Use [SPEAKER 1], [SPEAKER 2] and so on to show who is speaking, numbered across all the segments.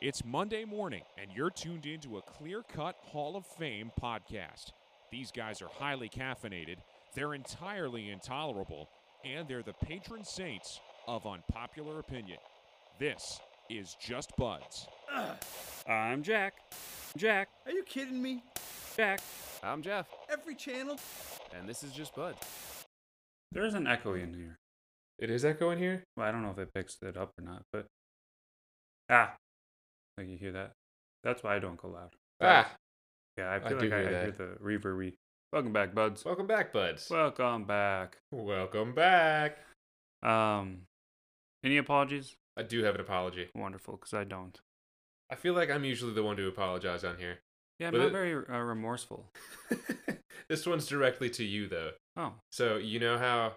[SPEAKER 1] It's Monday morning, and you're tuned into a clear cut Hall of Fame podcast. These guys are highly caffeinated, they're entirely intolerable, and they're the patron saints of unpopular opinion. This is Just Buds.
[SPEAKER 2] I'm Jack. Jack.
[SPEAKER 3] Are you kidding me?
[SPEAKER 2] Jack.
[SPEAKER 4] I'm Jeff,
[SPEAKER 3] Every channel?
[SPEAKER 4] and this is just Bud.
[SPEAKER 2] There's an echo in here.
[SPEAKER 4] It is Echo in here?
[SPEAKER 2] Well, I don't know if it picks it up or not, but ah, like you hear that? That's why I don't go loud.
[SPEAKER 4] Ah,
[SPEAKER 2] Yeah, I feel
[SPEAKER 4] do
[SPEAKER 2] like I,
[SPEAKER 4] hear
[SPEAKER 2] I hear the reverb. Welcome back, buds.
[SPEAKER 4] welcome back, buds.
[SPEAKER 2] Welcome back.
[SPEAKER 4] Welcome back.
[SPEAKER 2] Um, any apologies?
[SPEAKER 4] I do have an apology.
[SPEAKER 2] Wonderful, because I don't.
[SPEAKER 4] I feel like I'm usually the one to apologize on here.
[SPEAKER 2] Yeah, I'm
[SPEAKER 4] But
[SPEAKER 2] not
[SPEAKER 4] it-
[SPEAKER 2] very uh, remorseful.
[SPEAKER 4] this one's directly to you, though.
[SPEAKER 2] Oh,
[SPEAKER 4] So, you know how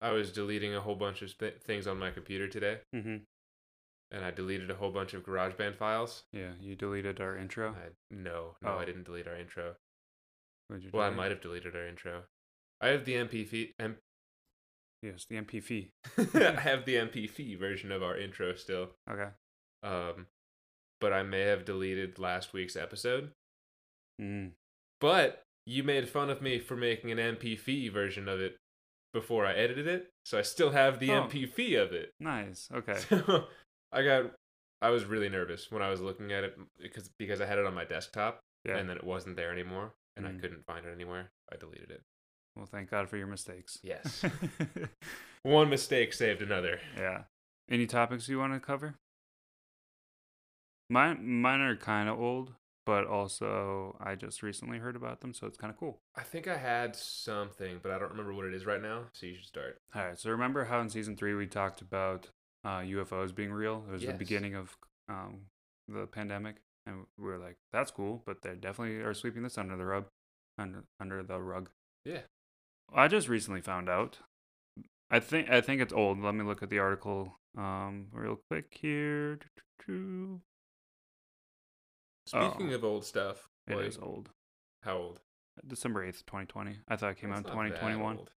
[SPEAKER 4] I was deleting a whole bunch of th- things on my computer today,
[SPEAKER 2] mm-hmm.
[SPEAKER 4] and I deleted a whole bunch of GarageBand files?
[SPEAKER 2] yeah, you deleted our intro.
[SPEAKER 4] I, no, no, I
[SPEAKER 2] Oh.
[SPEAKER 4] didn't delete our intro.
[SPEAKER 2] What'd you
[SPEAKER 4] Well, I
[SPEAKER 2] delete?
[SPEAKER 4] might have deleted our intro. I have the MP M-
[SPEAKER 2] Yes, the MPV.
[SPEAKER 4] I have the MP E version of our intro still.
[SPEAKER 2] Okay.
[SPEAKER 4] um, but I may have deleted last week's episode.
[SPEAKER 2] Mm.
[SPEAKER 4] But you made fun of me for making an MPV version of it before I edited it, so I still have the
[SPEAKER 2] Oh.
[SPEAKER 4] MPV of it.
[SPEAKER 2] Nice. Okay.
[SPEAKER 4] So I got, I was really nervous when I was looking at it because because I had it on my desktop
[SPEAKER 2] Yeah.
[SPEAKER 4] and then it wasn't there anymore, and I
[SPEAKER 2] Mm.
[SPEAKER 4] couldn't find it anywhere. I deleted it.
[SPEAKER 2] well, thank God for your mistakes.
[SPEAKER 4] Yes, one mistake saved another.
[SPEAKER 2] Yeah. Any topics you want to cover? Mine, mine are kind of old, but also I just recently heard about them, so it's kind of cool.
[SPEAKER 4] I think I had something, but I don't remember what it is right now. So you should start.
[SPEAKER 2] All right. So remember how in season three we talked about uh, UFOs being real? It was the
[SPEAKER 4] Yes.
[SPEAKER 2] beginning of um, the pandemic, and we were like, "That's cool," but they definitely are sweeping this under the rug. Under under the rug.
[SPEAKER 4] Yeah.
[SPEAKER 2] I just recently found out. I think I think it's old. Let me look at the article um, real quick here.
[SPEAKER 4] Speaking
[SPEAKER 2] Oh.
[SPEAKER 4] of old stuff,
[SPEAKER 2] It
[SPEAKER 4] like,
[SPEAKER 2] is old.
[SPEAKER 4] how old?
[SPEAKER 2] December 8th, 2020. I thought it came out
[SPEAKER 4] That's
[SPEAKER 2] in
[SPEAKER 4] not that
[SPEAKER 2] 2021.
[SPEAKER 4] old.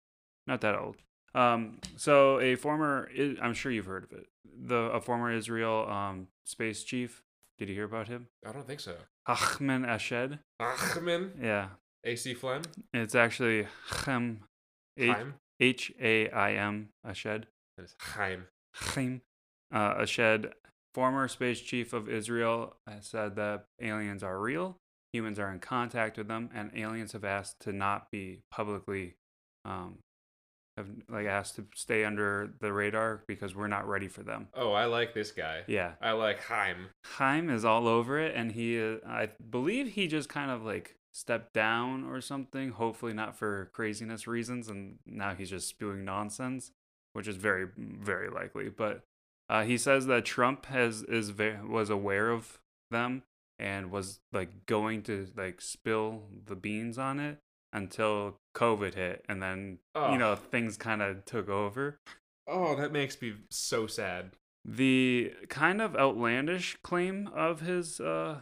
[SPEAKER 2] Not that old. Um, so a former, I- I'm sure you've heard of it. The a former Israel um, space chief. Did you hear about him?
[SPEAKER 4] I don't think so.
[SPEAKER 2] Ahmed Ashed.
[SPEAKER 4] Achman.
[SPEAKER 2] Yeah,
[SPEAKER 4] AC Flem.
[SPEAKER 2] it's actually Chaim.
[SPEAKER 4] Haim.
[SPEAKER 2] H A I M Ashed.
[SPEAKER 4] That is Haim.
[SPEAKER 2] Chaim uh, Ashed, former space chief of Israel, uh, said that aliens are real, humans are in contact with them, and aliens have asked to not be publicly, um, have like asked to stay under the radar because we're not ready for them.
[SPEAKER 4] Oh, I like this guy.
[SPEAKER 2] Yeah,
[SPEAKER 4] I like Haim.
[SPEAKER 2] Chaim is all over it, and he, uh, I believe, he just kind of like stepped down or something. Hopefully not for craziness reasons, and now he's just spewing nonsense, which is very, very likely. But uh, he says that Trump has is ve- was aware of them and was like going to like spill the beans on it until COVID hit, and then
[SPEAKER 4] Oh.
[SPEAKER 2] you know things kind of took over.
[SPEAKER 4] Oh, that makes me so sad.
[SPEAKER 2] the kind of outlandish claim of his uh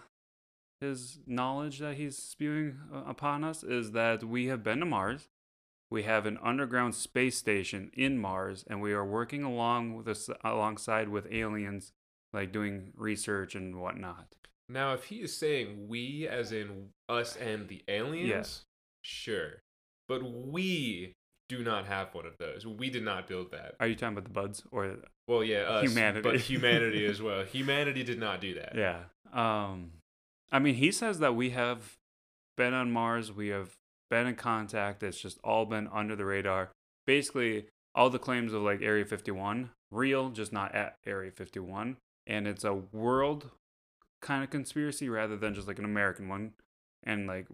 [SPEAKER 2] his knowledge that he's spewing uh, upon us is that we have been to Mars. We have an underground space station in Mars and we are working along with us alongside with aliens like doing research and whatnot.
[SPEAKER 4] Now, if he is saying we, as in us and the aliens, sure. But we do not have one of those. We did not build that.
[SPEAKER 2] Are you talking about the buds or
[SPEAKER 4] Well, yeah, us.
[SPEAKER 2] Humanity.
[SPEAKER 4] But humanity as well. Humanity did not do that.
[SPEAKER 2] Yeah. Um I mean, he says that we have been on Mars, we have been in contact, it's just all been under the radar. Basically, all the claims of like Area 51, real, just not at Area 51, and it's a world kind of conspiracy rather than just like an American one. And like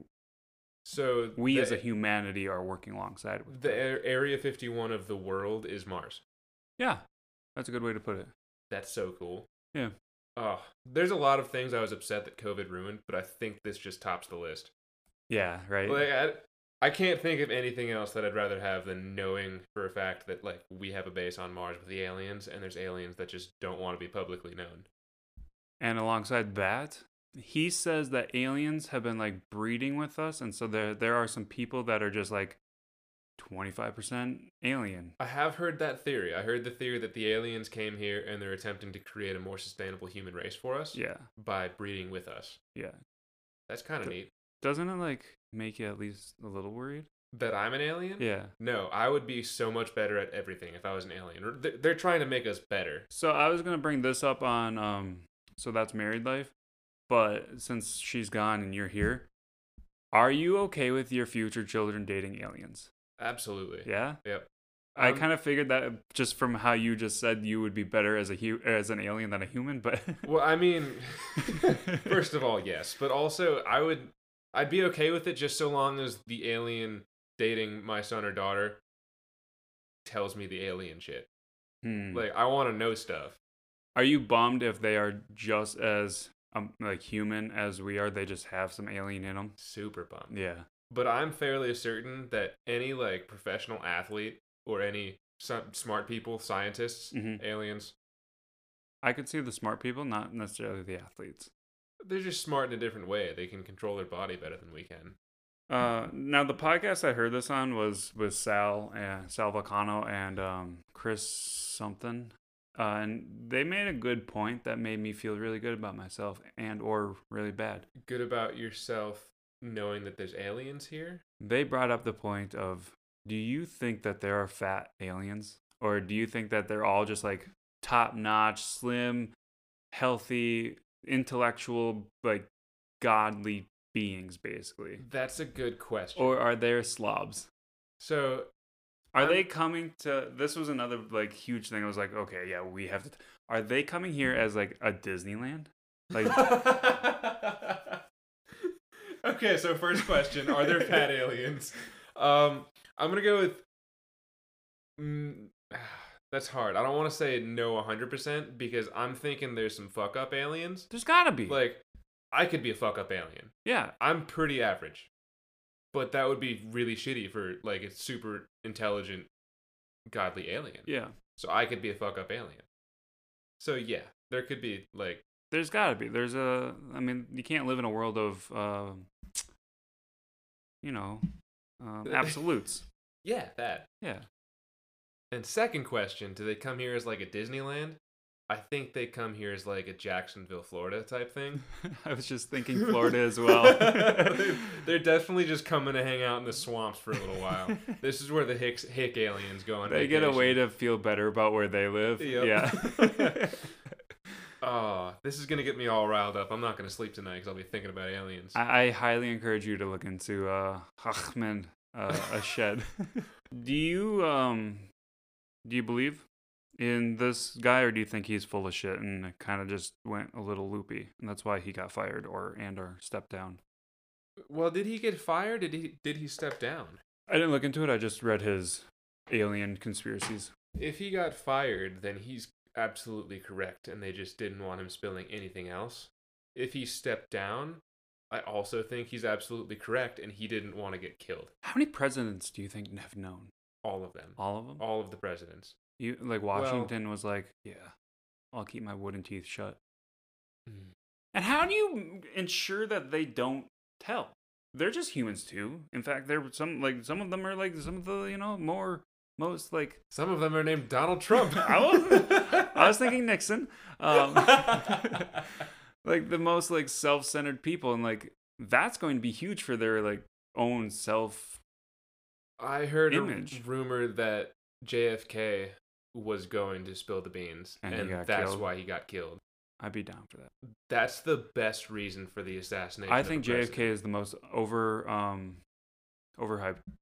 [SPEAKER 4] So
[SPEAKER 2] we
[SPEAKER 4] the,
[SPEAKER 2] as a humanity are working alongside with
[SPEAKER 4] the
[SPEAKER 2] them.
[SPEAKER 4] A- Area 51 of the world is Mars.
[SPEAKER 2] Yeah. That's a good way to put it.
[SPEAKER 4] That's so cool.
[SPEAKER 2] Yeah.
[SPEAKER 4] Oh, there's a lot of things I was upset that COVID ruined, but I think this just tops the list.
[SPEAKER 2] Yeah, right.
[SPEAKER 4] Like, I, I can't think of anything else that I'd rather have than knowing for a fact that like we have a base on Mars with the aliens, and there's aliens that just don't want to be publicly known.
[SPEAKER 2] And alongside that, he says that aliens have been like breeding with us, and so there there are some people that are just like 25% alien.
[SPEAKER 4] I have heard that theory. I heard the theory that the aliens came here and they're attempting to create a more sustainable human race for us
[SPEAKER 2] Yeah.
[SPEAKER 4] by breeding with us.
[SPEAKER 2] Yeah.
[SPEAKER 4] That's kind of
[SPEAKER 2] Th-
[SPEAKER 4] neat.
[SPEAKER 2] Doesn't it like make you at least a little worried?
[SPEAKER 4] That I'm an alien?
[SPEAKER 2] Yeah.
[SPEAKER 4] No, I would be so much better at everything if I was an alien. Or th- They're trying to make us better.
[SPEAKER 2] So I was gonna bring this up on um so that's married life, but since she's gone and you're here, are you okay with your future children dating aliens?
[SPEAKER 4] Absolutely.
[SPEAKER 2] Yeah?
[SPEAKER 4] Yep.
[SPEAKER 2] I
[SPEAKER 4] Um,
[SPEAKER 2] kind of figured that just from how you just said you would be better as a hu- as an alien than a human, but
[SPEAKER 4] Well, I mean, first of all, yes, but also I would, I'd be okay with it just so long as the alien dating my son or daughter tells me the alien shit.
[SPEAKER 2] Hmm.
[SPEAKER 4] Like I want to know stuff.
[SPEAKER 2] are you bummed if they are just as um, like human as we are? They just have some alien in them.
[SPEAKER 4] Super bummed.
[SPEAKER 2] Yeah.
[SPEAKER 4] But I'm fairly certain that any like professional athlete or any some smart people, scientists,
[SPEAKER 2] Mhm.
[SPEAKER 4] aliens,
[SPEAKER 2] I could see the smart people, not necessarily the athletes.
[SPEAKER 4] they're just smart in a different way. They can control their body better than we can.
[SPEAKER 2] Uh, now the podcast I heard this on was with Sal, uh, Sal Vacano, and um, Chris something, uh, and they made a good point that made me feel really good about myself and or really bad.
[SPEAKER 4] Good about yourself knowing that there's aliens here.
[SPEAKER 2] They brought up the point of, do you think that there are fat aliens, or do you think that they're all just like top notch, slim, healthy, intellectual, like godly beings, basically,
[SPEAKER 4] That's a good question.
[SPEAKER 2] or are they slobs?
[SPEAKER 4] so
[SPEAKER 2] Are
[SPEAKER 4] I'm-
[SPEAKER 2] they coming to? This was another like huge thing. I was like, okay, yeah, we have to. Are they coming here as like a Disneyland? Like,
[SPEAKER 4] okay, so first question: Are there fat aliens? Um, I'm gonna go with. Mm, that's hard. I don't want to say no 100 percent because I'm thinking there's some fuck up aliens.
[SPEAKER 2] there's gotta be.
[SPEAKER 4] Like, I could be a fuck up alien.
[SPEAKER 2] yeah,
[SPEAKER 4] I'm pretty average, but that would be really shitty for like a super intelligent, godly alien.
[SPEAKER 2] yeah.
[SPEAKER 4] So I could be a fuck up alien. So yeah, there could be like
[SPEAKER 2] There's gotta be. There's a. I mean, you can't live in a world of, uh, you know, um, absolutes.
[SPEAKER 4] yeah that.
[SPEAKER 2] Yeah.
[SPEAKER 4] And second question, do they come here as like a Disneyland? I think they come here as like a Jacksonville, Florida type thing.
[SPEAKER 2] I was just thinking Florida as well.
[SPEAKER 4] They- They're definitely just coming to hang out in the swamps for a little while. this is where the Hicks Hick aliens go on.
[SPEAKER 2] they get a way
[SPEAKER 4] vacation.
[SPEAKER 2] to feel better about where they live.
[SPEAKER 4] Yep.
[SPEAKER 2] Yeah.
[SPEAKER 4] Oh, this is gonna get me all riled up. I'm not gonna sleep tonight because I'll be thinking about aliens.
[SPEAKER 2] I, I highly encourage you to look into uh Hachman uh, a shed. do you um do you believe in this guy or do you think he's full of shit and kind of just went a little loopy and that's why he got fired or and or stepped down?
[SPEAKER 4] well, did he get fired? Did he did he step down?
[SPEAKER 2] I didn't look into it. I just read his alien conspiracies.
[SPEAKER 4] If he got fired, then he's absolutely correct, and they just didn't want him spilling anything else. If he stepped down, I also think he's absolutely correct, and he didn't want to get killed.
[SPEAKER 2] How many presidents do you think have known?
[SPEAKER 4] All of them.
[SPEAKER 2] All of them?
[SPEAKER 4] All of the presidents.
[SPEAKER 2] You like
[SPEAKER 4] Oh. Well-
[SPEAKER 2] Washington was like, yeah, I'll keep my wooden teeth shut. And how do you ensure that they don't tell? They're just humans too. In fact, they're some like some of them are like some of the you know more most like
[SPEAKER 4] Some of them are named Donald Trump.
[SPEAKER 2] I was I was thinking Nixon, um, like the most like self-centered people, and like that's going to be huge for their like own self.
[SPEAKER 4] I heard
[SPEAKER 2] Image.
[SPEAKER 4] a rumor that JFK was going to spill the beans,
[SPEAKER 2] And
[SPEAKER 4] and,
[SPEAKER 2] he got
[SPEAKER 4] that's
[SPEAKER 2] killed.
[SPEAKER 4] why he got killed.
[SPEAKER 2] I'd be down for that.
[SPEAKER 4] That's the best reason for the assassination.
[SPEAKER 2] I
[SPEAKER 4] of a
[SPEAKER 2] think
[SPEAKER 4] president.
[SPEAKER 2] JFK is the most over um overhyped
[SPEAKER 4] And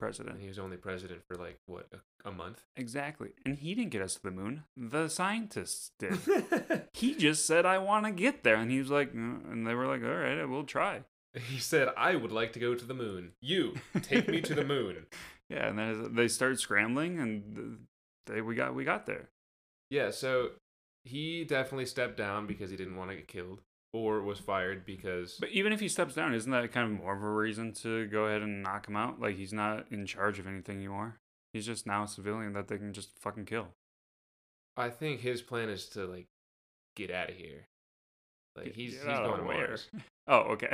[SPEAKER 2] president.
[SPEAKER 4] he was only president for like what a, a month.
[SPEAKER 2] Exactly, and he didn't get us to the moon. The scientists did. he just said i want to get there and he was like "Mm," and they were like all right we'll try
[SPEAKER 4] he said, "I would like to go to the moon. You take me to the moon."
[SPEAKER 2] yeah and then they started scrambling and they we got we got there
[SPEAKER 4] Yeah, so he definitely stepped down because he didn't want to get killed, or was fired because
[SPEAKER 2] but even if he steps down isn't that kind of more of a reason to go ahead and knock him out like he's not in charge of anything anymore he's just now a civilian that they can just fucking kill
[SPEAKER 4] I think his plan is to like get out of here. Like
[SPEAKER 2] Get-
[SPEAKER 4] he's
[SPEAKER 2] get
[SPEAKER 4] he's
[SPEAKER 2] out of
[SPEAKER 4] going to
[SPEAKER 2] where?
[SPEAKER 4] Mars.
[SPEAKER 2] oh okay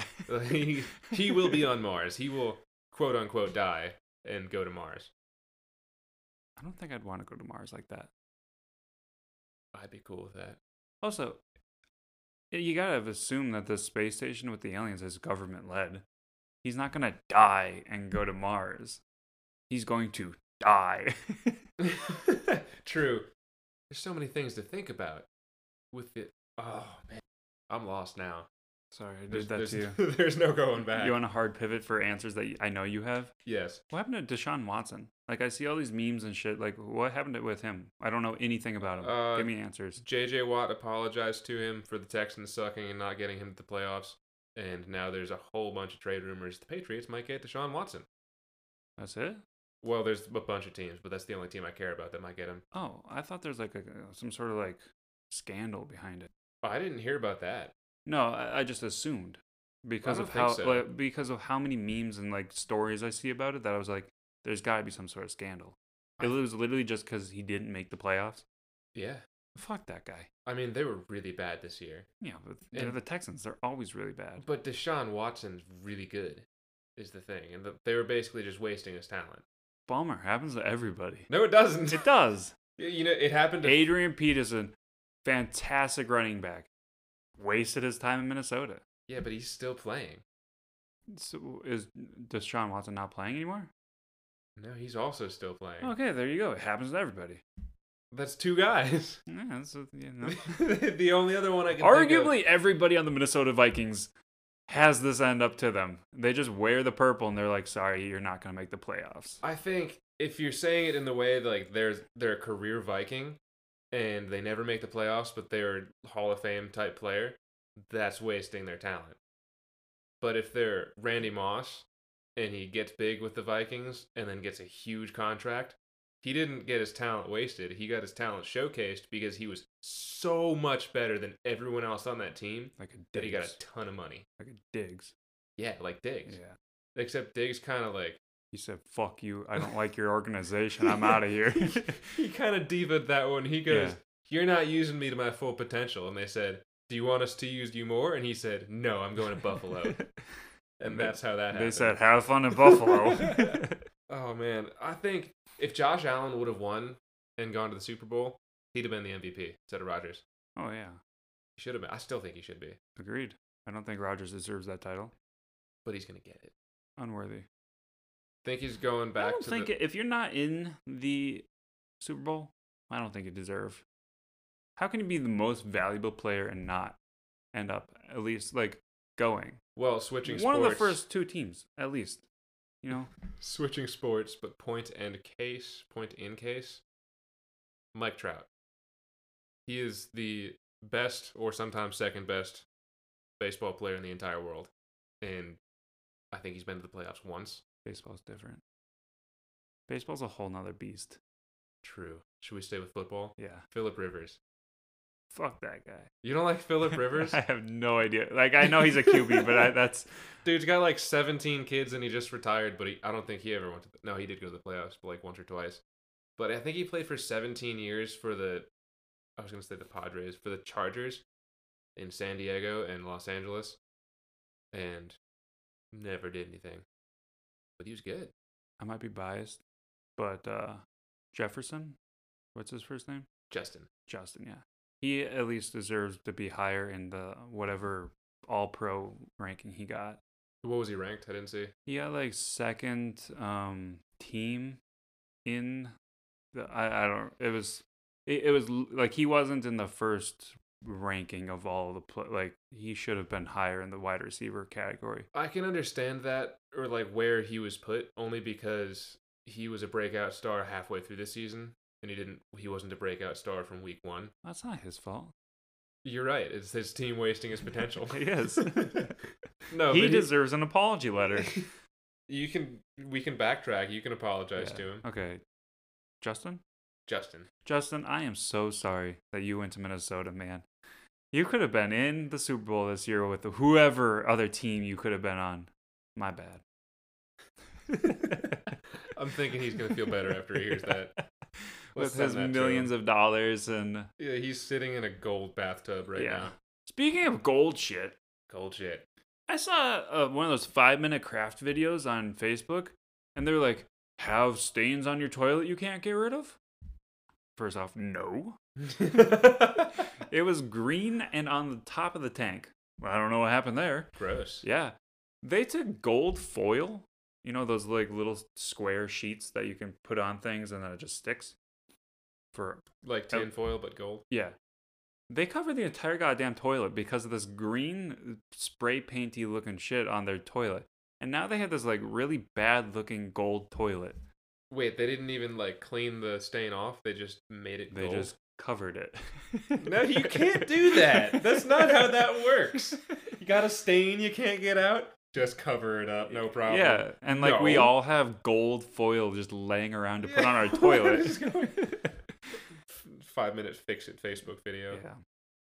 [SPEAKER 4] he, he will be on Mars. He will quote unquote die, and go to Mars.
[SPEAKER 2] I don't think I'd want to go to Mars like that.
[SPEAKER 4] I'd be cool with that.
[SPEAKER 2] Also, y- you gotta have assumed that the space station with the aliens is government led. He's not gonna die and go to Mars. He's going to die.
[SPEAKER 4] True. There's so many things to think about with it. Oh man, I'm lost now.
[SPEAKER 2] Sorry, I
[SPEAKER 4] There's
[SPEAKER 2] did that
[SPEAKER 4] there's,
[SPEAKER 2] to you.
[SPEAKER 4] there's no going back.
[SPEAKER 2] You want a hard pivot for answers that y- I know you have?
[SPEAKER 4] yes.
[SPEAKER 2] What happened to Deshaun Watson? Like I see all these memes and shit. Like what happened with him? I don't know anything about him.
[SPEAKER 4] Uh,
[SPEAKER 2] Give me answers.
[SPEAKER 4] J.J. Watt apologized to him for the Texans sucking and not getting him to the playoffs, and now there's a whole bunch of trade rumors. The Patriots might get Deshaun Watson.
[SPEAKER 2] That's it.
[SPEAKER 4] Well, there's a bunch of teams, but that's the only team I care about that might get him.
[SPEAKER 2] Oh, I thought there's like a, some sort of like scandal behind it.
[SPEAKER 4] Oh, I didn't hear about that.
[SPEAKER 2] No, I, I just assumed because
[SPEAKER 4] don't
[SPEAKER 2] of
[SPEAKER 4] think
[SPEAKER 2] how
[SPEAKER 4] so.
[SPEAKER 2] like, because of how many memes and like stories I see about it that I was like, there's got to be some sort of scandal. It
[SPEAKER 4] I-
[SPEAKER 2] was literally just because he didn't make the playoffs.
[SPEAKER 4] Yeah.
[SPEAKER 2] Fuck that guy.
[SPEAKER 4] I mean, they were really bad this year,
[SPEAKER 2] Yeah, but they're
[SPEAKER 4] And-
[SPEAKER 2] the Texans. They're always really bad.
[SPEAKER 4] but Deshaun Watson's really good, is the thing, and the, they were basically just wasting his talent.
[SPEAKER 2] Bummer happens to everybody.
[SPEAKER 4] No, it doesn't.
[SPEAKER 2] It does.
[SPEAKER 4] you know, it happened to
[SPEAKER 2] Adrian Peterson, fantastic running back, wasted his time in Minnesota.
[SPEAKER 4] Yeah, but he's still playing.
[SPEAKER 2] So is Deshaun Watson not playing anymore?
[SPEAKER 4] No, he's also still playing.
[SPEAKER 2] Okay, there you go. It happens to everybody.
[SPEAKER 4] That's two guys.
[SPEAKER 2] Yeah, that's, you know.
[SPEAKER 4] the only other one I can think
[SPEAKER 2] Arguably, everybody on the Minnesota Vikings has this end up to them. They just wear the purple and they're like, sorry, you're not going to make the
[SPEAKER 4] of-
[SPEAKER 2] playoffs.
[SPEAKER 4] I think if you're saying it in the way that, like there's they're a career Viking and they never make the playoffs, but they're a Hall of Fame type player, that's wasting their talent. But if they're Randy Moss and he gets big with the Vikings and then gets a huge contract, he didn't get his talent wasted. He got his talent showcased because he was so much better than everyone else on that team
[SPEAKER 2] Like a
[SPEAKER 4] that he
[SPEAKER 2] Diggs.
[SPEAKER 4] got a ton of money.
[SPEAKER 2] like a Diggs.
[SPEAKER 4] Yeah, like Diggs.
[SPEAKER 2] Yeah.
[SPEAKER 4] Except Diggs kind of like
[SPEAKER 2] He said, fuck you. I don't like your organization. I'm out of here.
[SPEAKER 4] he kind of divaed that one. He goes,
[SPEAKER 2] Yeah.
[SPEAKER 4] "You're not using me to my full potential." And they said, "Do you want us to use you more?" And he said, "No, I'm going to Buffalo." and
[SPEAKER 2] They-
[SPEAKER 4] that's how that
[SPEAKER 2] They
[SPEAKER 4] happened.
[SPEAKER 2] said, have fun in Buffalo.
[SPEAKER 4] "Oh man, I think if Josh Allen would have won and gone to the Super Bowl, he'd have been the MVP." Said Rodgers.
[SPEAKER 2] oh, yeah.
[SPEAKER 4] He should have been. I still think he should be,
[SPEAKER 2] Agreed. I don't think Rogers deserves that title.
[SPEAKER 4] but he's gonna get it.
[SPEAKER 2] Unworthy.
[SPEAKER 4] Think he's going back
[SPEAKER 2] I don't
[SPEAKER 4] to
[SPEAKER 2] think
[SPEAKER 4] the.
[SPEAKER 2] it, if you're not in the Super Bowl, I don't think you deserve. How can you be the most valuable player and not end up at least like going
[SPEAKER 4] well, switching
[SPEAKER 2] one
[SPEAKER 4] sports,
[SPEAKER 2] of the first two teams at least? You know,
[SPEAKER 4] switching sports, but point and case, point in case. Mike Trout. He is the best or sometimes second best baseball player in the entire world. And I think he's been to the playoffs once.
[SPEAKER 2] baseball's different. Baseball's a whole nother beast.
[SPEAKER 4] True. Should we stay with football?
[SPEAKER 2] Yeah,
[SPEAKER 4] Philip Rivers.
[SPEAKER 2] fuck that guy.
[SPEAKER 4] You don't like Philip Rivers?
[SPEAKER 2] I have no idea. Like I know he's a QB, but I, that's
[SPEAKER 4] Dude's got like 17 kids and he just retired, but he, I don't think he ever went to the, No, he did go to the playoffs, but like once or twice. But I think he played for 17 years for the I was going to say the Padres, for the Chargers in San Diego and Los Angeles and never did anything. But he was good.
[SPEAKER 2] I might be biased, but uh, Jefferson, what's his first name?
[SPEAKER 4] Justin.
[SPEAKER 2] Justin, yeah. He at least deserves to be higher in the whatever all pro ranking he got.
[SPEAKER 4] What was he ranked? I didn't see.
[SPEAKER 2] He got like second um team in the I, I don't it was it, it was l- like he wasn't in the first ranking of all the pla like he should have been higher in the wide receiver category.
[SPEAKER 4] I can understand that or like where he was put only because he was a breakout star halfway through the season and he didn't he wasn't a breakout star from week 1.
[SPEAKER 2] That's not his fault.
[SPEAKER 4] You're right. It's his team wasting his potential.
[SPEAKER 2] It is.
[SPEAKER 4] no,
[SPEAKER 2] he
[SPEAKER 4] but
[SPEAKER 2] deserves an apology letter.
[SPEAKER 4] You can. We can backtrack. You can apologize
[SPEAKER 2] Yeah.
[SPEAKER 4] to him,
[SPEAKER 2] Okay. Justin?
[SPEAKER 4] Justin.
[SPEAKER 2] Justin, I am so sorry that you went to Minnesota, man. You could have been in the Super Bowl this year with whoever other team you could have been on. My bad.
[SPEAKER 4] I'm thinking he's gonna feel better after he hears that. Let's
[SPEAKER 2] with
[SPEAKER 4] send
[SPEAKER 2] his
[SPEAKER 4] that to
[SPEAKER 2] millions of dollars and
[SPEAKER 4] Yeah, he's sitting in a gold bathtub right
[SPEAKER 2] yeah.
[SPEAKER 4] now.
[SPEAKER 2] Speaking of gold shit,
[SPEAKER 4] Gold shit.
[SPEAKER 2] I saw uh, one of those five minute craft videos on Facebook, and they're like, have stains on your toilet you can't get rid of? First off, no. It was green and on the top of the tank. I don't know what happened there.
[SPEAKER 4] Gross.
[SPEAKER 2] Yeah. They took gold foil, you know, those like little square sheets that you can put on things and then it just sticks for
[SPEAKER 4] Like
[SPEAKER 2] Oh.
[SPEAKER 4] tinfoil, but gold.
[SPEAKER 2] yeah. They covered the entire goddamn toilet because of this green uh, spray painty looking shit on their toilet. And now they have this like really bad looking gold toilet.
[SPEAKER 4] Wait, they didn't even like clean the stain off. They just made it
[SPEAKER 2] They
[SPEAKER 4] gold.
[SPEAKER 2] just covered it.
[SPEAKER 4] No, you can't do that. That's not how that works. You got a stain you can't get out. Just cover it up, no problem.
[SPEAKER 2] Yeah, and like we
[SPEAKER 4] Uh, oh. No.
[SPEAKER 2] all have gold foil just laying around to put on our toilet.
[SPEAKER 4] Five minute fix it Facebook video.
[SPEAKER 2] yeah.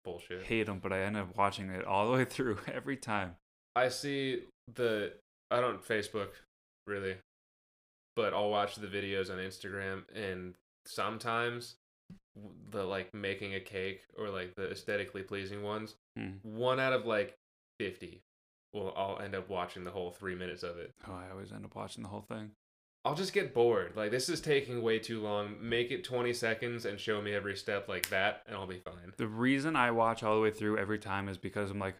[SPEAKER 4] Bullshit.
[SPEAKER 2] hate them, but I end up watching it all the way through every time.
[SPEAKER 4] I see the I don't Facebook really, but I'll watch the videos on Instagram and sometimes w- the like making a cake or like the aesthetically pleasing ones,
[SPEAKER 2] Hmm.
[SPEAKER 4] one out of like fifty, well I'll end up watching the whole three minutes of it.
[SPEAKER 2] Oh, I always end up watching the whole thing.
[SPEAKER 4] I'll just get bored. Like this is taking way too long. Make it twenty seconds and show me every step like that, and I'll be fine.
[SPEAKER 2] The reason I watch all the way through every time is because I'm like,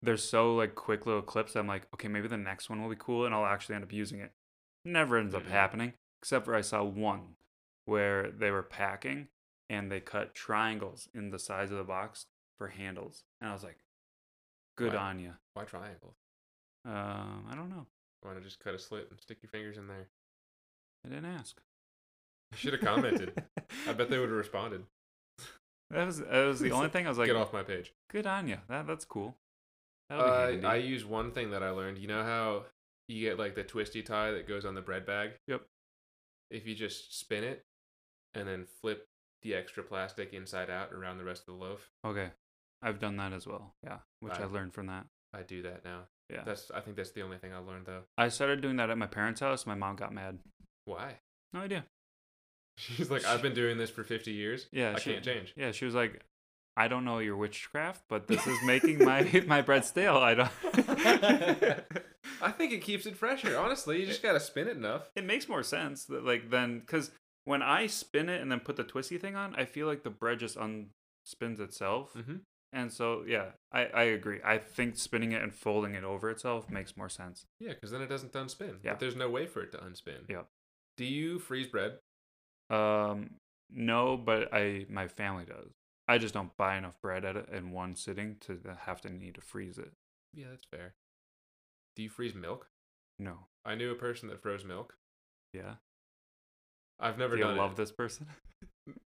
[SPEAKER 2] they're so like quick little clips. I'm like, okay, maybe the next one will be cool, and I'll actually end up using it. Never ends up
[SPEAKER 4] Mhm.
[SPEAKER 2] happening, except for I saw one where they were packing and they cut triangles in the sides of the box for handles, and I was like, good
[SPEAKER 4] Wow.
[SPEAKER 2] on you.
[SPEAKER 4] Why triangle?
[SPEAKER 2] Um, I don't know.
[SPEAKER 4] Why not just cut a slit and stick your fingers in there?
[SPEAKER 2] I didn't ask.
[SPEAKER 4] You should have commented. I bet they would have responded.
[SPEAKER 2] That was that was the only thing I was like,
[SPEAKER 4] get off my page.
[SPEAKER 2] good on you. That that's cool. That'll be
[SPEAKER 4] Uh,
[SPEAKER 2] handy.
[SPEAKER 4] I use one thing that I learned. You know how you get like the twisty tie that goes on the bread bag?
[SPEAKER 2] Yep.
[SPEAKER 4] If you just spin it and then flip the extra plastic inside out around the rest of the loaf,
[SPEAKER 2] okay, I've done that as well. Yeah, which I
[SPEAKER 4] Right.
[SPEAKER 2] learned from that.
[SPEAKER 4] I do that now.
[SPEAKER 2] Yeah.
[SPEAKER 4] That's I think that's the only thing I learned though.
[SPEAKER 2] I started doing that at my parents' house. My mom got mad.
[SPEAKER 4] Why?
[SPEAKER 2] No idea.
[SPEAKER 4] She's like, I've been doing this for 50 years.
[SPEAKER 2] Yeah,
[SPEAKER 4] I
[SPEAKER 2] she,
[SPEAKER 4] can't change.
[SPEAKER 2] Yeah, she was like, I don't know your witchcraft, but this is making my my bread stale. I don't.
[SPEAKER 4] I think it keeps it fresher. Honestly, you just gotta spin it enough.
[SPEAKER 2] it makes more sense that like then because when I spin it and then put the twisty thing on, I feel like the bread just unspins itself.
[SPEAKER 4] Mm-hmm.
[SPEAKER 2] And so, yeah, I, I agree. I think spinning it and folding it over itself makes more sense.
[SPEAKER 4] Yeah, because then it doesn't unspin.
[SPEAKER 2] Yeah.
[SPEAKER 4] But there's no way for it to unspin.
[SPEAKER 2] Yeah.
[SPEAKER 4] Do you freeze bread?
[SPEAKER 2] Um, no, but I my family does. I just don't buy enough bread at it in one sitting to have to need to freeze it.
[SPEAKER 4] Yeah, that's fair. Do you freeze milk?
[SPEAKER 2] No.
[SPEAKER 4] I knew a person that froze milk.
[SPEAKER 2] Yeah.
[SPEAKER 4] I've never
[SPEAKER 2] Do you
[SPEAKER 4] done
[SPEAKER 2] love
[SPEAKER 4] it.
[SPEAKER 2] this person?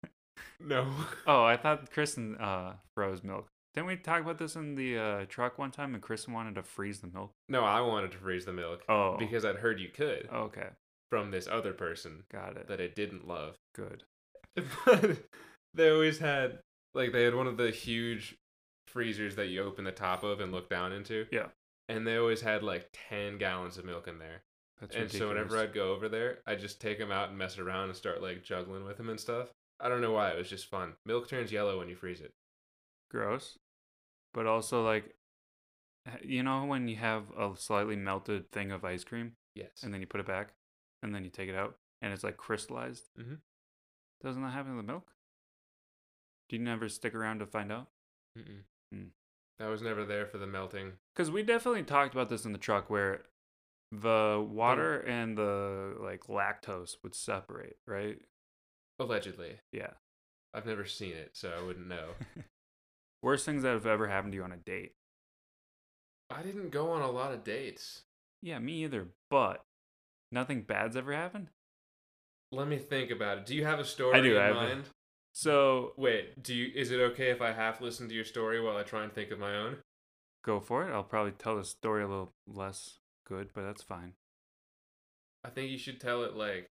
[SPEAKER 4] No.
[SPEAKER 2] Oh, I thought Kristen uh froze milk. Didn't we talk about this in the uh, truck one time and Kristen wanted to freeze the milk?
[SPEAKER 4] No, I wanted to freeze the milk
[SPEAKER 2] Oh.
[SPEAKER 4] because I'd heard you could
[SPEAKER 2] Okay.
[SPEAKER 4] from this other person
[SPEAKER 2] Got it.
[SPEAKER 4] that I didn't love.
[SPEAKER 2] Good.
[SPEAKER 4] But they always had like they had one of the huge freezers that you open the top of and look down into.
[SPEAKER 2] Yeah.
[SPEAKER 4] And they always had like 10 gallons of milk in there.
[SPEAKER 2] That's
[SPEAKER 4] and so
[SPEAKER 2] ridiculous.
[SPEAKER 4] whenever I'd go over there, I'd just take them out and mess around and start like juggling with them and stuff. I don't know why, it was just fun. Milk turns yellow when you freeze it.
[SPEAKER 2] gross, but also like, h- you know, when you have a slightly melted thing of ice cream
[SPEAKER 4] Yes.
[SPEAKER 2] and then you put it back and then you take it out and it's like crystallized.
[SPEAKER 4] Mhm.
[SPEAKER 2] Doesn't that happen to the milk? Do you never stick around to find out?
[SPEAKER 4] Mm-mm.
[SPEAKER 2] Mm.
[SPEAKER 4] I was never there for the melting.
[SPEAKER 2] Because we definitely talked about this in the truck where the water and the like lactose would separate, right?
[SPEAKER 4] Allegedly.
[SPEAKER 2] Yeah.
[SPEAKER 4] I've never seen it, so I wouldn't know.
[SPEAKER 2] Worst things that have ever happened to you on a date.
[SPEAKER 4] I didn't go on a lot of dates.
[SPEAKER 2] Yeah, me either, but nothing bad's ever happened.
[SPEAKER 4] Let me think about it. Do you have a story
[SPEAKER 2] do,
[SPEAKER 4] in
[SPEAKER 2] I have a-
[SPEAKER 4] mind?
[SPEAKER 2] So
[SPEAKER 4] Wait, do you is it okay if I half listen to your story while I try and think of my own?
[SPEAKER 2] go for it. I'll probably tell the story a little less good, but that's fine.
[SPEAKER 4] I think you should tell it like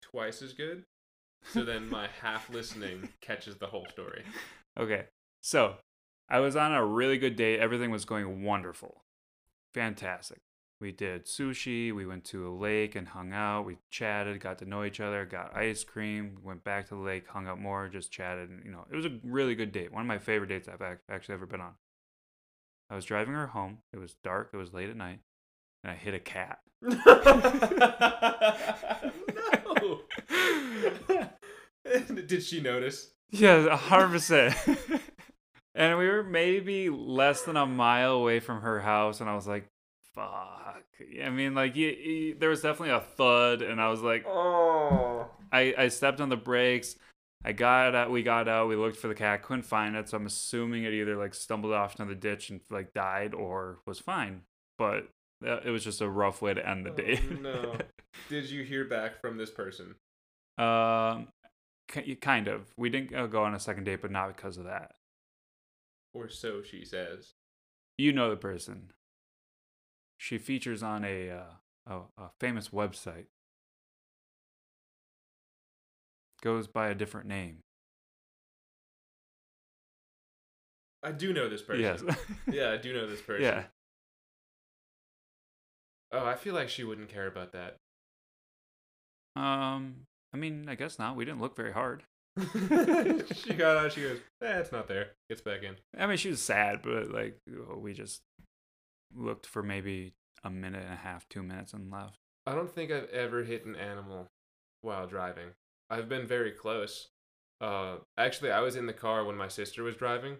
[SPEAKER 4] twice as good. So then my half listening catches the whole story.
[SPEAKER 2] Okay. So I was on a really good day. Everything was going wonderful. Fantastic. We did sushi. We went to a lake and hung out. We chatted, got to know each other, got ice cream, went back to the lake, hung out more, just chatted. And, you know, it was a really good date. One of my favorite dates I've ac- actually ever been on. I was driving her home. It was dark. It was late at night. And I hit a cat.
[SPEAKER 4] Did she notice?
[SPEAKER 2] Yeah, a hundred percent. And we were maybe less than a mile away from her house, and I was like, "Fuck!" I mean, like, you, you- there was definitely a thud, and I was like,
[SPEAKER 4] Oh.
[SPEAKER 2] I, I stepped on the brakes. I got out. We got out. We looked for the cat. Couldn't find it. So I'm assuming it either like stumbled off into the ditch and like died, or was fine. But that, it was just a rough way to end the
[SPEAKER 4] Oh,
[SPEAKER 2] day.
[SPEAKER 4] no. Did you hear back from this person?
[SPEAKER 2] um, ki- kind of. We didn't uh, go on a second date, but not because of that.
[SPEAKER 4] Or so she says.
[SPEAKER 2] You know the person. She features on a uh, a, a famous website. Goes by a different name.
[SPEAKER 4] I do know this person.
[SPEAKER 2] Yes.
[SPEAKER 4] Yeah, I do know this person.
[SPEAKER 2] yeah.
[SPEAKER 4] Oh, I feel like she wouldn't care about that.
[SPEAKER 2] Um, I mean, I guess not. We didn't look very hard.
[SPEAKER 4] she got out. She goes, eh, it's not there. Gets back in.
[SPEAKER 2] I mean, she was sad, but like oh, we just looked for maybe a minute and a half, two minutes, and left.
[SPEAKER 4] I don't think I've ever hit an animal while driving. I've been very close. Uh, actually, I was in the car when my sister was driving,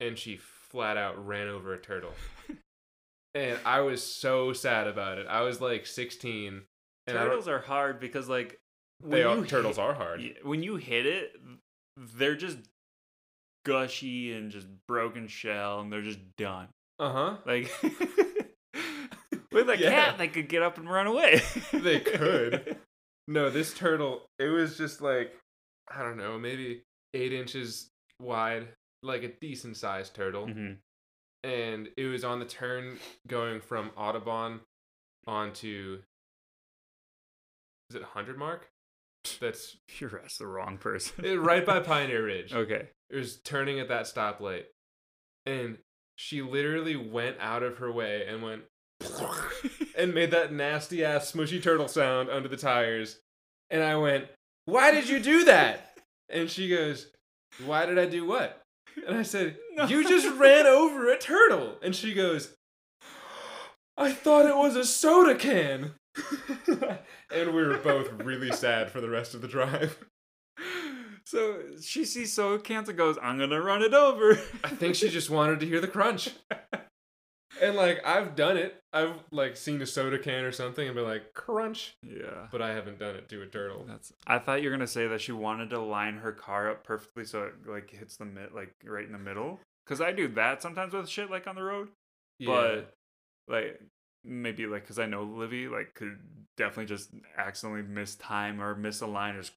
[SPEAKER 4] and she flat out ran over a turtle. and I was so sad about it. I was like 16. And I don't-
[SPEAKER 2] are hard because like
[SPEAKER 4] they are, turtles are hard.
[SPEAKER 2] Yeah, when you hit it, they're just gushy and just broken shell, and they're just done.
[SPEAKER 4] Uh huh.
[SPEAKER 2] Like with a
[SPEAKER 4] Yeah.
[SPEAKER 2] cat, they could get up and run away.
[SPEAKER 4] They could. No, this turtle, it was just like, I don't know, maybe eight inches wide, like a decent sized turtle.
[SPEAKER 2] Mhm.
[SPEAKER 4] And it was on the turn going from Audubon onto, is it 100 Mark? That's
[SPEAKER 2] You asked the wrong person.
[SPEAKER 4] eh, right by Pioneer Ridge.
[SPEAKER 2] Okay.
[SPEAKER 4] It was turning at that stoplight. And she literally went out of her way and went, and made that nasty ass smushy turtle sound under the tires. And I went, Why did you do that? And she goes, Why did I do what? And I said,
[SPEAKER 2] No.
[SPEAKER 4] You just ran over a turtle. And she goes, I thought it was a soda can. and we were both really sad for the rest of the drive.
[SPEAKER 2] So she sees so cans and goes, I'm gonna run it over.
[SPEAKER 4] I think she just wanted to hear the crunch. And like I've done it. I've like seen a soda can or something and been like crunch,
[SPEAKER 2] Yeah.
[SPEAKER 4] but I haven't done it to a turtle.
[SPEAKER 2] That's I thought you were gonna say that she wanted to line her car up perfectly so it like hits the mid like right in the middle. Cause I do that sometimes with shit like on the road. But like maybe like because I know Livy like could definitely just accidentally miss time or miss a line or just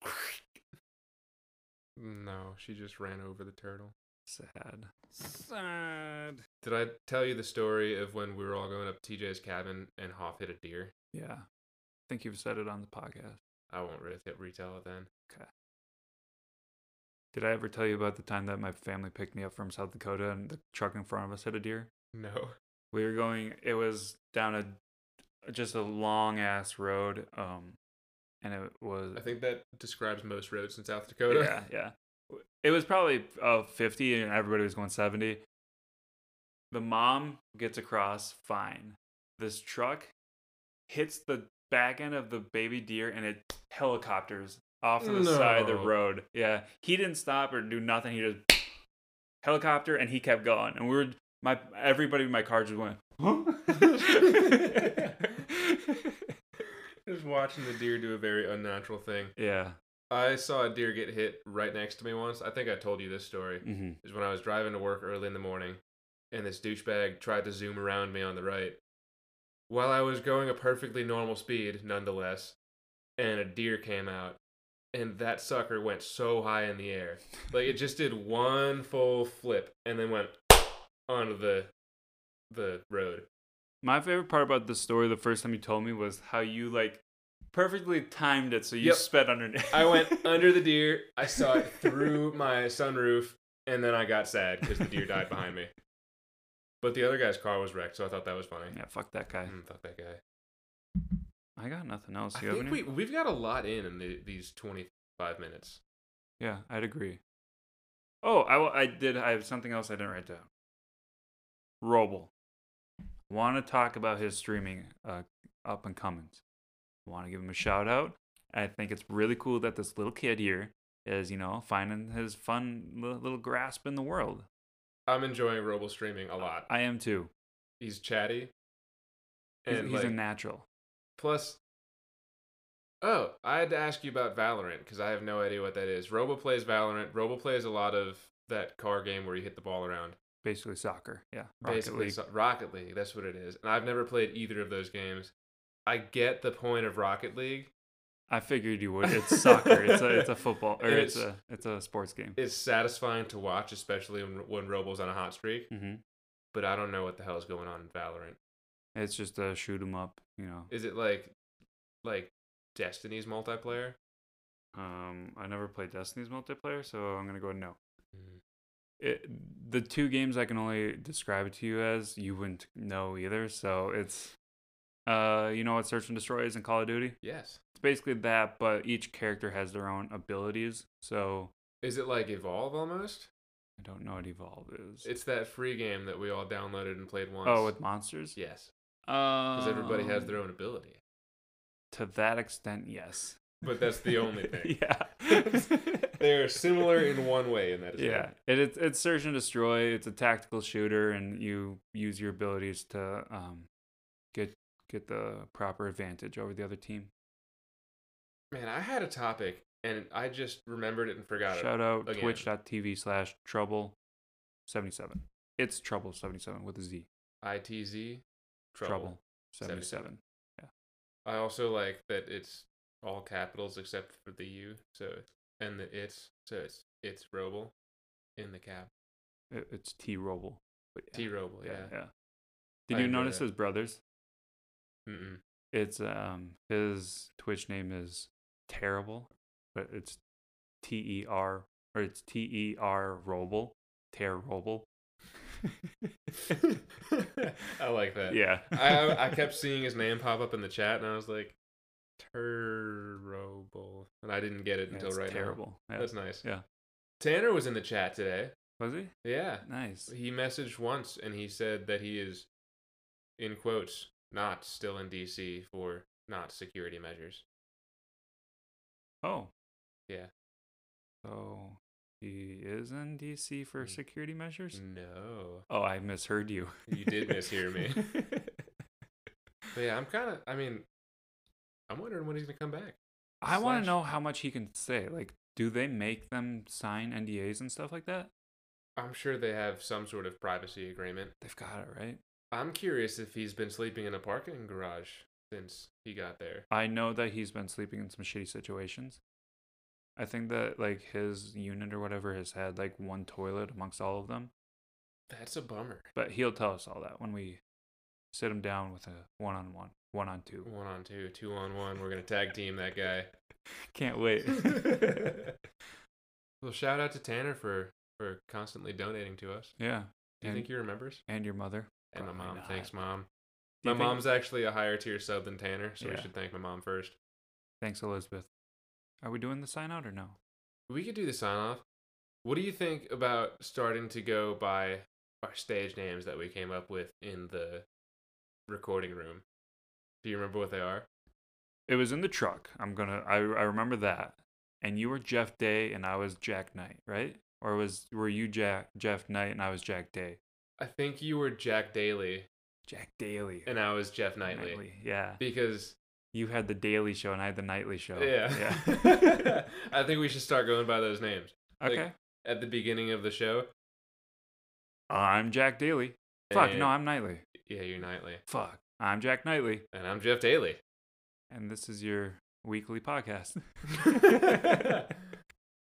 [SPEAKER 4] No, she just ran over the turtle.
[SPEAKER 2] sad. Sad.
[SPEAKER 4] Did I tell you the story of when we were all going up to TJ's cabin and Hoff hit a deer?
[SPEAKER 2] Yeah. I think you've said it on the podcast.
[SPEAKER 4] I won't re- retell it then.
[SPEAKER 2] Did I ever tell you about the time that my family picked me up from South Dakota and the truck in front of us hit a deer?
[SPEAKER 4] No.
[SPEAKER 2] we were going it was down a just a long ass road um and it was
[SPEAKER 4] I think that describes most roads in South Dakota.
[SPEAKER 2] yeah yeah it was probably uh 50 and everybody was going 70 the mom gets across fine this truck hits the back end of the baby deer and it helicopters off to the side of the
[SPEAKER 4] No.
[SPEAKER 2] road yeah he didn't stop or do nothing he just helicopter and he kept going and we were my everybody in my car just went
[SPEAKER 4] Just watching the deer do a very unnatural thing.
[SPEAKER 2] yeah.
[SPEAKER 4] I saw a deer get hit right next to me once. I think I told you this story.
[SPEAKER 2] Mm-hmm.
[SPEAKER 4] is when I was driving to work early in the morning, and this douchebag tried to zoom around me on the right. While I was going a perfectly normal speed, nonetheless, and a deer came out, and that sucker went so high in the air. Like it just did one full flip and then went onto the the road.
[SPEAKER 2] My favorite part about the story, the first time you told me, was how you like perfectly timed it so you
[SPEAKER 4] Yep.
[SPEAKER 2] sped underneath.
[SPEAKER 4] I went under the deer, I saw it through my sunroof, and then I got sad because the deer died behind me. But the other guy's car was wrecked, so I thought that was funny.
[SPEAKER 2] Yeah, fuck that guy.
[SPEAKER 4] Mm, fuck that guy.
[SPEAKER 2] I got nothing else.
[SPEAKER 4] Mm. I
[SPEAKER 2] You have
[SPEAKER 4] think we
[SPEAKER 2] any?
[SPEAKER 4] we've got a lot in in the, these twenty five minutes.
[SPEAKER 2] Yeah, I'd agree. Oh, I, wa- I did. I have something else I didn't write down. Roble. Want to talk about his streaming uh, up and comings. Want to give him a shout out. I think it's really cool that this little kid here is, you know, finding his fun li- little grasp in the world.
[SPEAKER 4] I'm enjoying Roble streaming a lot.
[SPEAKER 2] I am too.
[SPEAKER 4] He's chatty.
[SPEAKER 2] He's,
[SPEAKER 4] And
[SPEAKER 2] he's a
[SPEAKER 4] like,
[SPEAKER 2] natural.
[SPEAKER 4] plus, oh, I had to ask you about Valorant because I have no idea what that is. Robo plays Valorant. Robo plays a lot of that car game where you hit the ball around.
[SPEAKER 2] Basically soccer. Yeah. Rocket
[SPEAKER 4] basically
[SPEAKER 2] League.
[SPEAKER 4] so- Rocket League. That's what it is. And I've never played either of those games. I get the point of Rocket League.
[SPEAKER 2] I figured you would. It's soccer. it's a it's a football or it's,
[SPEAKER 4] It's-
[SPEAKER 2] a it's a sports game.
[SPEAKER 4] It's satisfying to watch, especially when, when Robo's on a hot streak.
[SPEAKER 2] hmm
[SPEAKER 4] But I don't know what the hell is going on in Valorant.
[SPEAKER 2] It's just a shoot 'em up, you know.
[SPEAKER 4] Is it like, like Destiny's multiplayer?
[SPEAKER 2] Um, I never played Destiny's multiplayer, so I'm gonna go no. Mm. It, the two games I can only describe to you as you wouldn't know either. So it's, uh, you know what Search and Destroy is in Call of Duty.
[SPEAKER 4] Yes.
[SPEAKER 2] It's basically that, but each character has their own abilities. So
[SPEAKER 4] Is it like Evolve almost?
[SPEAKER 2] I don't know what Evolve is.
[SPEAKER 4] It's that free game that we all downloaded and played once.
[SPEAKER 2] oh, with Um. monsters.
[SPEAKER 4] yes,
[SPEAKER 2] because
[SPEAKER 4] because everybody has their own ability.
[SPEAKER 2] To that extent, yes.
[SPEAKER 4] But that's the only thing.
[SPEAKER 2] yeah.
[SPEAKER 4] they are similar in one way, and that is
[SPEAKER 2] Yeah, it, it's it's search and destroy. It's a tactical shooter, and you use your abilities to um, get get the proper advantage over the other team.
[SPEAKER 4] Man, I had a topic and I just remembered it and forgot
[SPEAKER 2] Shout
[SPEAKER 4] it.
[SPEAKER 2] out
[SPEAKER 4] Again.
[SPEAKER 2] twitch.tv slash trouble seventy seven. It's trouble seventy seven with a Z.
[SPEAKER 4] ITZ trouble.
[SPEAKER 2] Trouble seventy seven.
[SPEAKER 4] I also like that it's all capitals except for the U, so and the it's so it's it's Roble in the cap.
[SPEAKER 2] It, it's T Roble. But yeah,
[SPEAKER 4] T Roble, yeah.
[SPEAKER 2] yeah, yeah. Did
[SPEAKER 4] I
[SPEAKER 2] you
[SPEAKER 4] enjoy
[SPEAKER 2] notice
[SPEAKER 4] that.
[SPEAKER 2] his brothers?
[SPEAKER 4] Mm-mm.
[SPEAKER 2] It's um his Twitch name is terrible, but it's T E R or it's T E R Roble. Tear Roble.
[SPEAKER 4] I like that.
[SPEAKER 2] Yeah.
[SPEAKER 4] I I- I kept seeing his name pop up in the chat and I was like terrible and I didn't get it until
[SPEAKER 2] That's
[SPEAKER 4] right now.
[SPEAKER 2] terrible. Yeah.
[SPEAKER 4] That's nice.
[SPEAKER 2] Yeah.
[SPEAKER 4] Tanner was in the chat today.
[SPEAKER 2] Was he?
[SPEAKER 4] Yeah.
[SPEAKER 2] Nice.
[SPEAKER 4] He messaged once and he said that he is, in quotes, not still in DC for not security measures.
[SPEAKER 2] Oh.
[SPEAKER 4] Yeah.
[SPEAKER 2] So he is in DC for
[SPEAKER 4] Mm.
[SPEAKER 2] security measures?
[SPEAKER 4] No.
[SPEAKER 2] Oh, I misheard you.
[SPEAKER 4] You did mishear me. But yeah, I'm kind of, I mean, I'm wondering when he's going to come back.
[SPEAKER 2] I want
[SPEAKER 4] Slash-
[SPEAKER 2] to know how much he can say. Like, do they make them sign NDAs and stuff like that?
[SPEAKER 4] I'm sure they have some sort of privacy agreement.
[SPEAKER 2] They've got it, right?
[SPEAKER 4] I'm curious if he's been sleeping in a parking garage since he got there.
[SPEAKER 2] I know that he's been sleeping in some shitty situations. I think that like his unit or whatever has had like one toilet amongst all of them,
[SPEAKER 4] That's a bummer.
[SPEAKER 2] but he'll tell us all that when we sit him down with a one on one, one on two.
[SPEAKER 4] One on two, two on one. We're going to tag team that guy.
[SPEAKER 2] Can't wait.
[SPEAKER 4] well, shout out to Tanner for, for constantly donating to us.
[SPEAKER 2] yeah.
[SPEAKER 4] Do you
[SPEAKER 2] and,
[SPEAKER 4] think he remembers?
[SPEAKER 2] and your mother?
[SPEAKER 4] And my
[SPEAKER 2] Probably
[SPEAKER 4] mom.
[SPEAKER 2] not.
[SPEAKER 4] Thanks, mom.
[SPEAKER 2] Do
[SPEAKER 4] My
[SPEAKER 2] you think-
[SPEAKER 4] mom's actually a higher tier sub than Tanner, so we
[SPEAKER 2] Yeah.
[SPEAKER 4] should thank my mom first.
[SPEAKER 2] Thanks, Elizabeth. Are we doing the sign out or no?
[SPEAKER 4] We could do the sign off. What do you think about starting to go by our stage names that we came up with in the recording room? Do you remember what they are?
[SPEAKER 2] It was in the truck. I'm gonna. I I remember that. And you were Jeff Day, and I was Jack Knight, right? Or was were you Jack Jeff Knight, and I was Jack Day?
[SPEAKER 4] I think you were Jack Daly
[SPEAKER 2] Jack Daly.
[SPEAKER 4] and I was Jeff Knightley.
[SPEAKER 2] Yeah.
[SPEAKER 4] Because
[SPEAKER 2] You had the Daily Show, and I had the Nightly Show.
[SPEAKER 4] yeah.
[SPEAKER 2] Yeah.
[SPEAKER 4] I think we should start going by those names
[SPEAKER 2] okay.
[SPEAKER 4] at the beginning of the show.
[SPEAKER 2] I'm Jack Daly. Fuck.
[SPEAKER 4] and-
[SPEAKER 2] No, I'm Knightley.
[SPEAKER 4] yeah, you're Knightley.
[SPEAKER 2] Fuck. I'm Jack Knightley,
[SPEAKER 4] And I'm Jeff Daly.
[SPEAKER 2] and this is your weekly podcast.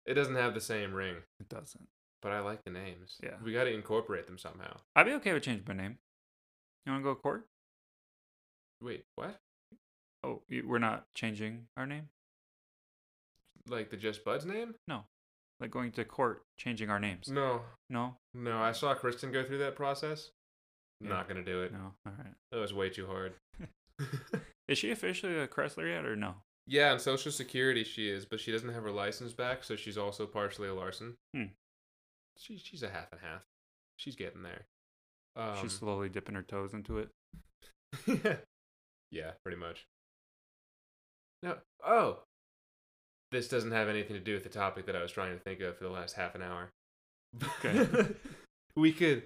[SPEAKER 4] it doesn't have the same ring,
[SPEAKER 2] It doesn't.
[SPEAKER 4] but I like the names.
[SPEAKER 2] Yeah.
[SPEAKER 4] We got to incorporate them somehow.
[SPEAKER 2] I'd be okay with changing my name. You want to go to court?
[SPEAKER 4] Wait, what?
[SPEAKER 2] Oh, you- we're not changing our name.
[SPEAKER 4] Like the Just Buds name?
[SPEAKER 2] Like going to court, changing our names.
[SPEAKER 4] No.
[SPEAKER 2] No,
[SPEAKER 4] No, I saw Kristen go through that process.
[SPEAKER 2] Yeah.
[SPEAKER 4] Not going to do it.
[SPEAKER 2] no. All right.
[SPEAKER 4] That was way too hard.
[SPEAKER 2] Is she officially a Chrysler yet, or no?
[SPEAKER 4] yeah, on Social Security she is, but she doesn't have her license back, so she's also partially a Larson.
[SPEAKER 2] Hmm.
[SPEAKER 4] She, she's a half and half. She's getting there. Um,
[SPEAKER 2] She's slowly dipping her toes into it.
[SPEAKER 4] yeah, pretty much. No. Oh, this doesn't have anything to do with the topic that I was trying to think of for the last half an hour.
[SPEAKER 2] Okay.
[SPEAKER 4] we could,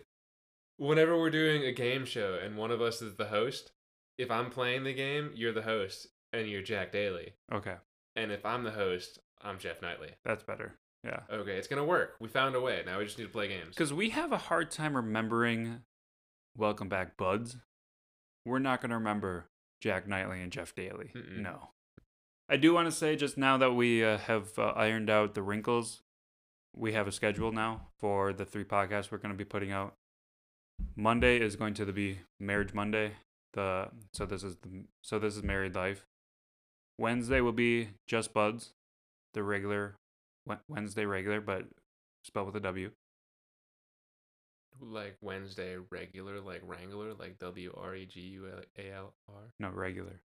[SPEAKER 4] whenever we're doing a game show and one of us is the host, if I'm playing the game, you're the host and you're Jack Daly.
[SPEAKER 2] Okay,
[SPEAKER 4] And if I'm the host, I'm Jeff Knightley.
[SPEAKER 2] that's better. Yeah.
[SPEAKER 4] Okay, it's going to work. We found a way. Now we just need to play games.
[SPEAKER 2] Because we have a hard time remembering Welcome Back Buds. We're not going to remember Jack Knightley and Jeff Daly.
[SPEAKER 4] Mm-mm.
[SPEAKER 2] No. I do want to say just now that we uh, have uh, ironed out the wrinkles, we have a schedule now for the three podcasts we're going to be putting out. Monday is going to be Marriage Monday. The so this is the so this is Married Life. Wednesday will be Just Buds, the regular Wed- Wednesday regular, but spelled with a W.
[SPEAKER 4] Like Wednesday, regular, like Wrangler, like W R E G U L A L R
[SPEAKER 2] No, regular.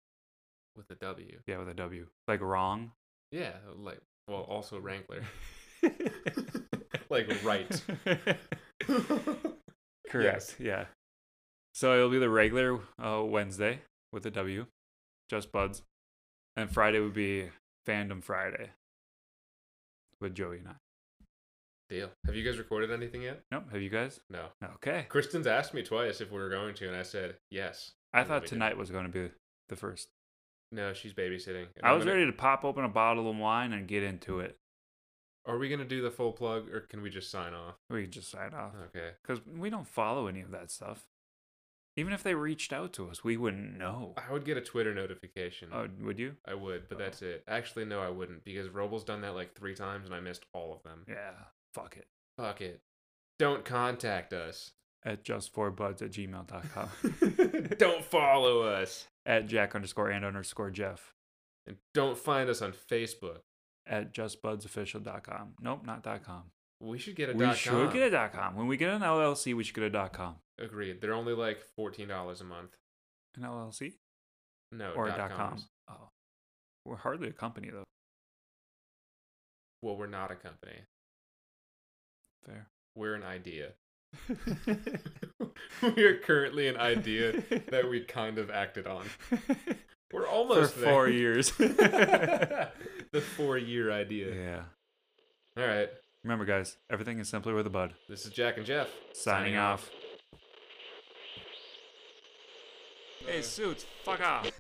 [SPEAKER 4] with a W.
[SPEAKER 2] Yeah, with a W. Like wrong.
[SPEAKER 4] Yeah, like well, also Wrangler. like right.
[SPEAKER 2] Correct. Yeah. So it'll be the regular uh, Wednesday with a W, just buds, and Friday would be Fandom Friday with Joey and I.
[SPEAKER 4] Deal. Have you guys recorded anything yet?
[SPEAKER 2] Nope. Have you guys?
[SPEAKER 4] No.
[SPEAKER 2] Okay.
[SPEAKER 4] Kristen's asked me twice if we were going to, and I said yes.
[SPEAKER 2] I
[SPEAKER 4] And then we
[SPEAKER 2] thought
[SPEAKER 4] did.
[SPEAKER 2] tonight was going to be the first.
[SPEAKER 4] No, she's babysitting. and
[SPEAKER 2] I
[SPEAKER 4] I'm gonna-
[SPEAKER 2] was
[SPEAKER 4] Mm-hmm.
[SPEAKER 2] ready to pop open a bottle of wine and get into it.
[SPEAKER 4] Are we gonna do the full plug, or can we just sign off?
[SPEAKER 2] We could just sign off
[SPEAKER 4] Okay.
[SPEAKER 2] because we don't follow any of that stuff. Even if they reached out to us, we wouldn't know.
[SPEAKER 4] I Mm. would get a Twitter notification.
[SPEAKER 2] Oh, would you?
[SPEAKER 4] I would, but
[SPEAKER 2] Oh.
[SPEAKER 4] that's it. Actually, no, I wouldn't because Robles done that like three times, and I missed all of them.
[SPEAKER 2] Yeah. Fuck it.
[SPEAKER 4] Fuck it. Don't contact us.
[SPEAKER 2] at just4buds at gmail.com
[SPEAKER 4] Don't follow us.
[SPEAKER 2] at jack underscore and underscore jeff
[SPEAKER 4] And don't find us on Facebook.
[SPEAKER 2] at justbudsofficial.com nope not dot com
[SPEAKER 4] We should get a
[SPEAKER 2] we
[SPEAKER 4] dot
[SPEAKER 2] should
[SPEAKER 4] com.
[SPEAKER 2] get a dot com when we get an llc we should get a dot com
[SPEAKER 4] Agreed. They're only like fourteen dollars a month.
[SPEAKER 2] an llc
[SPEAKER 4] No,
[SPEAKER 2] or a
[SPEAKER 4] dot,
[SPEAKER 2] dot com
[SPEAKER 4] coms.
[SPEAKER 2] oh we're hardly a company though
[SPEAKER 4] Well, we're not a company.
[SPEAKER 2] fair
[SPEAKER 4] We're an idea. we are currently an idea that we kind of acted on. We're
[SPEAKER 2] for
[SPEAKER 4] almost there.
[SPEAKER 2] four years
[SPEAKER 4] the four-year idea.
[SPEAKER 2] yeah
[SPEAKER 4] All right.
[SPEAKER 2] remember guys everything is simpler with a bud
[SPEAKER 4] This is Jack and Jeff.
[SPEAKER 2] signing off hey suits fuck off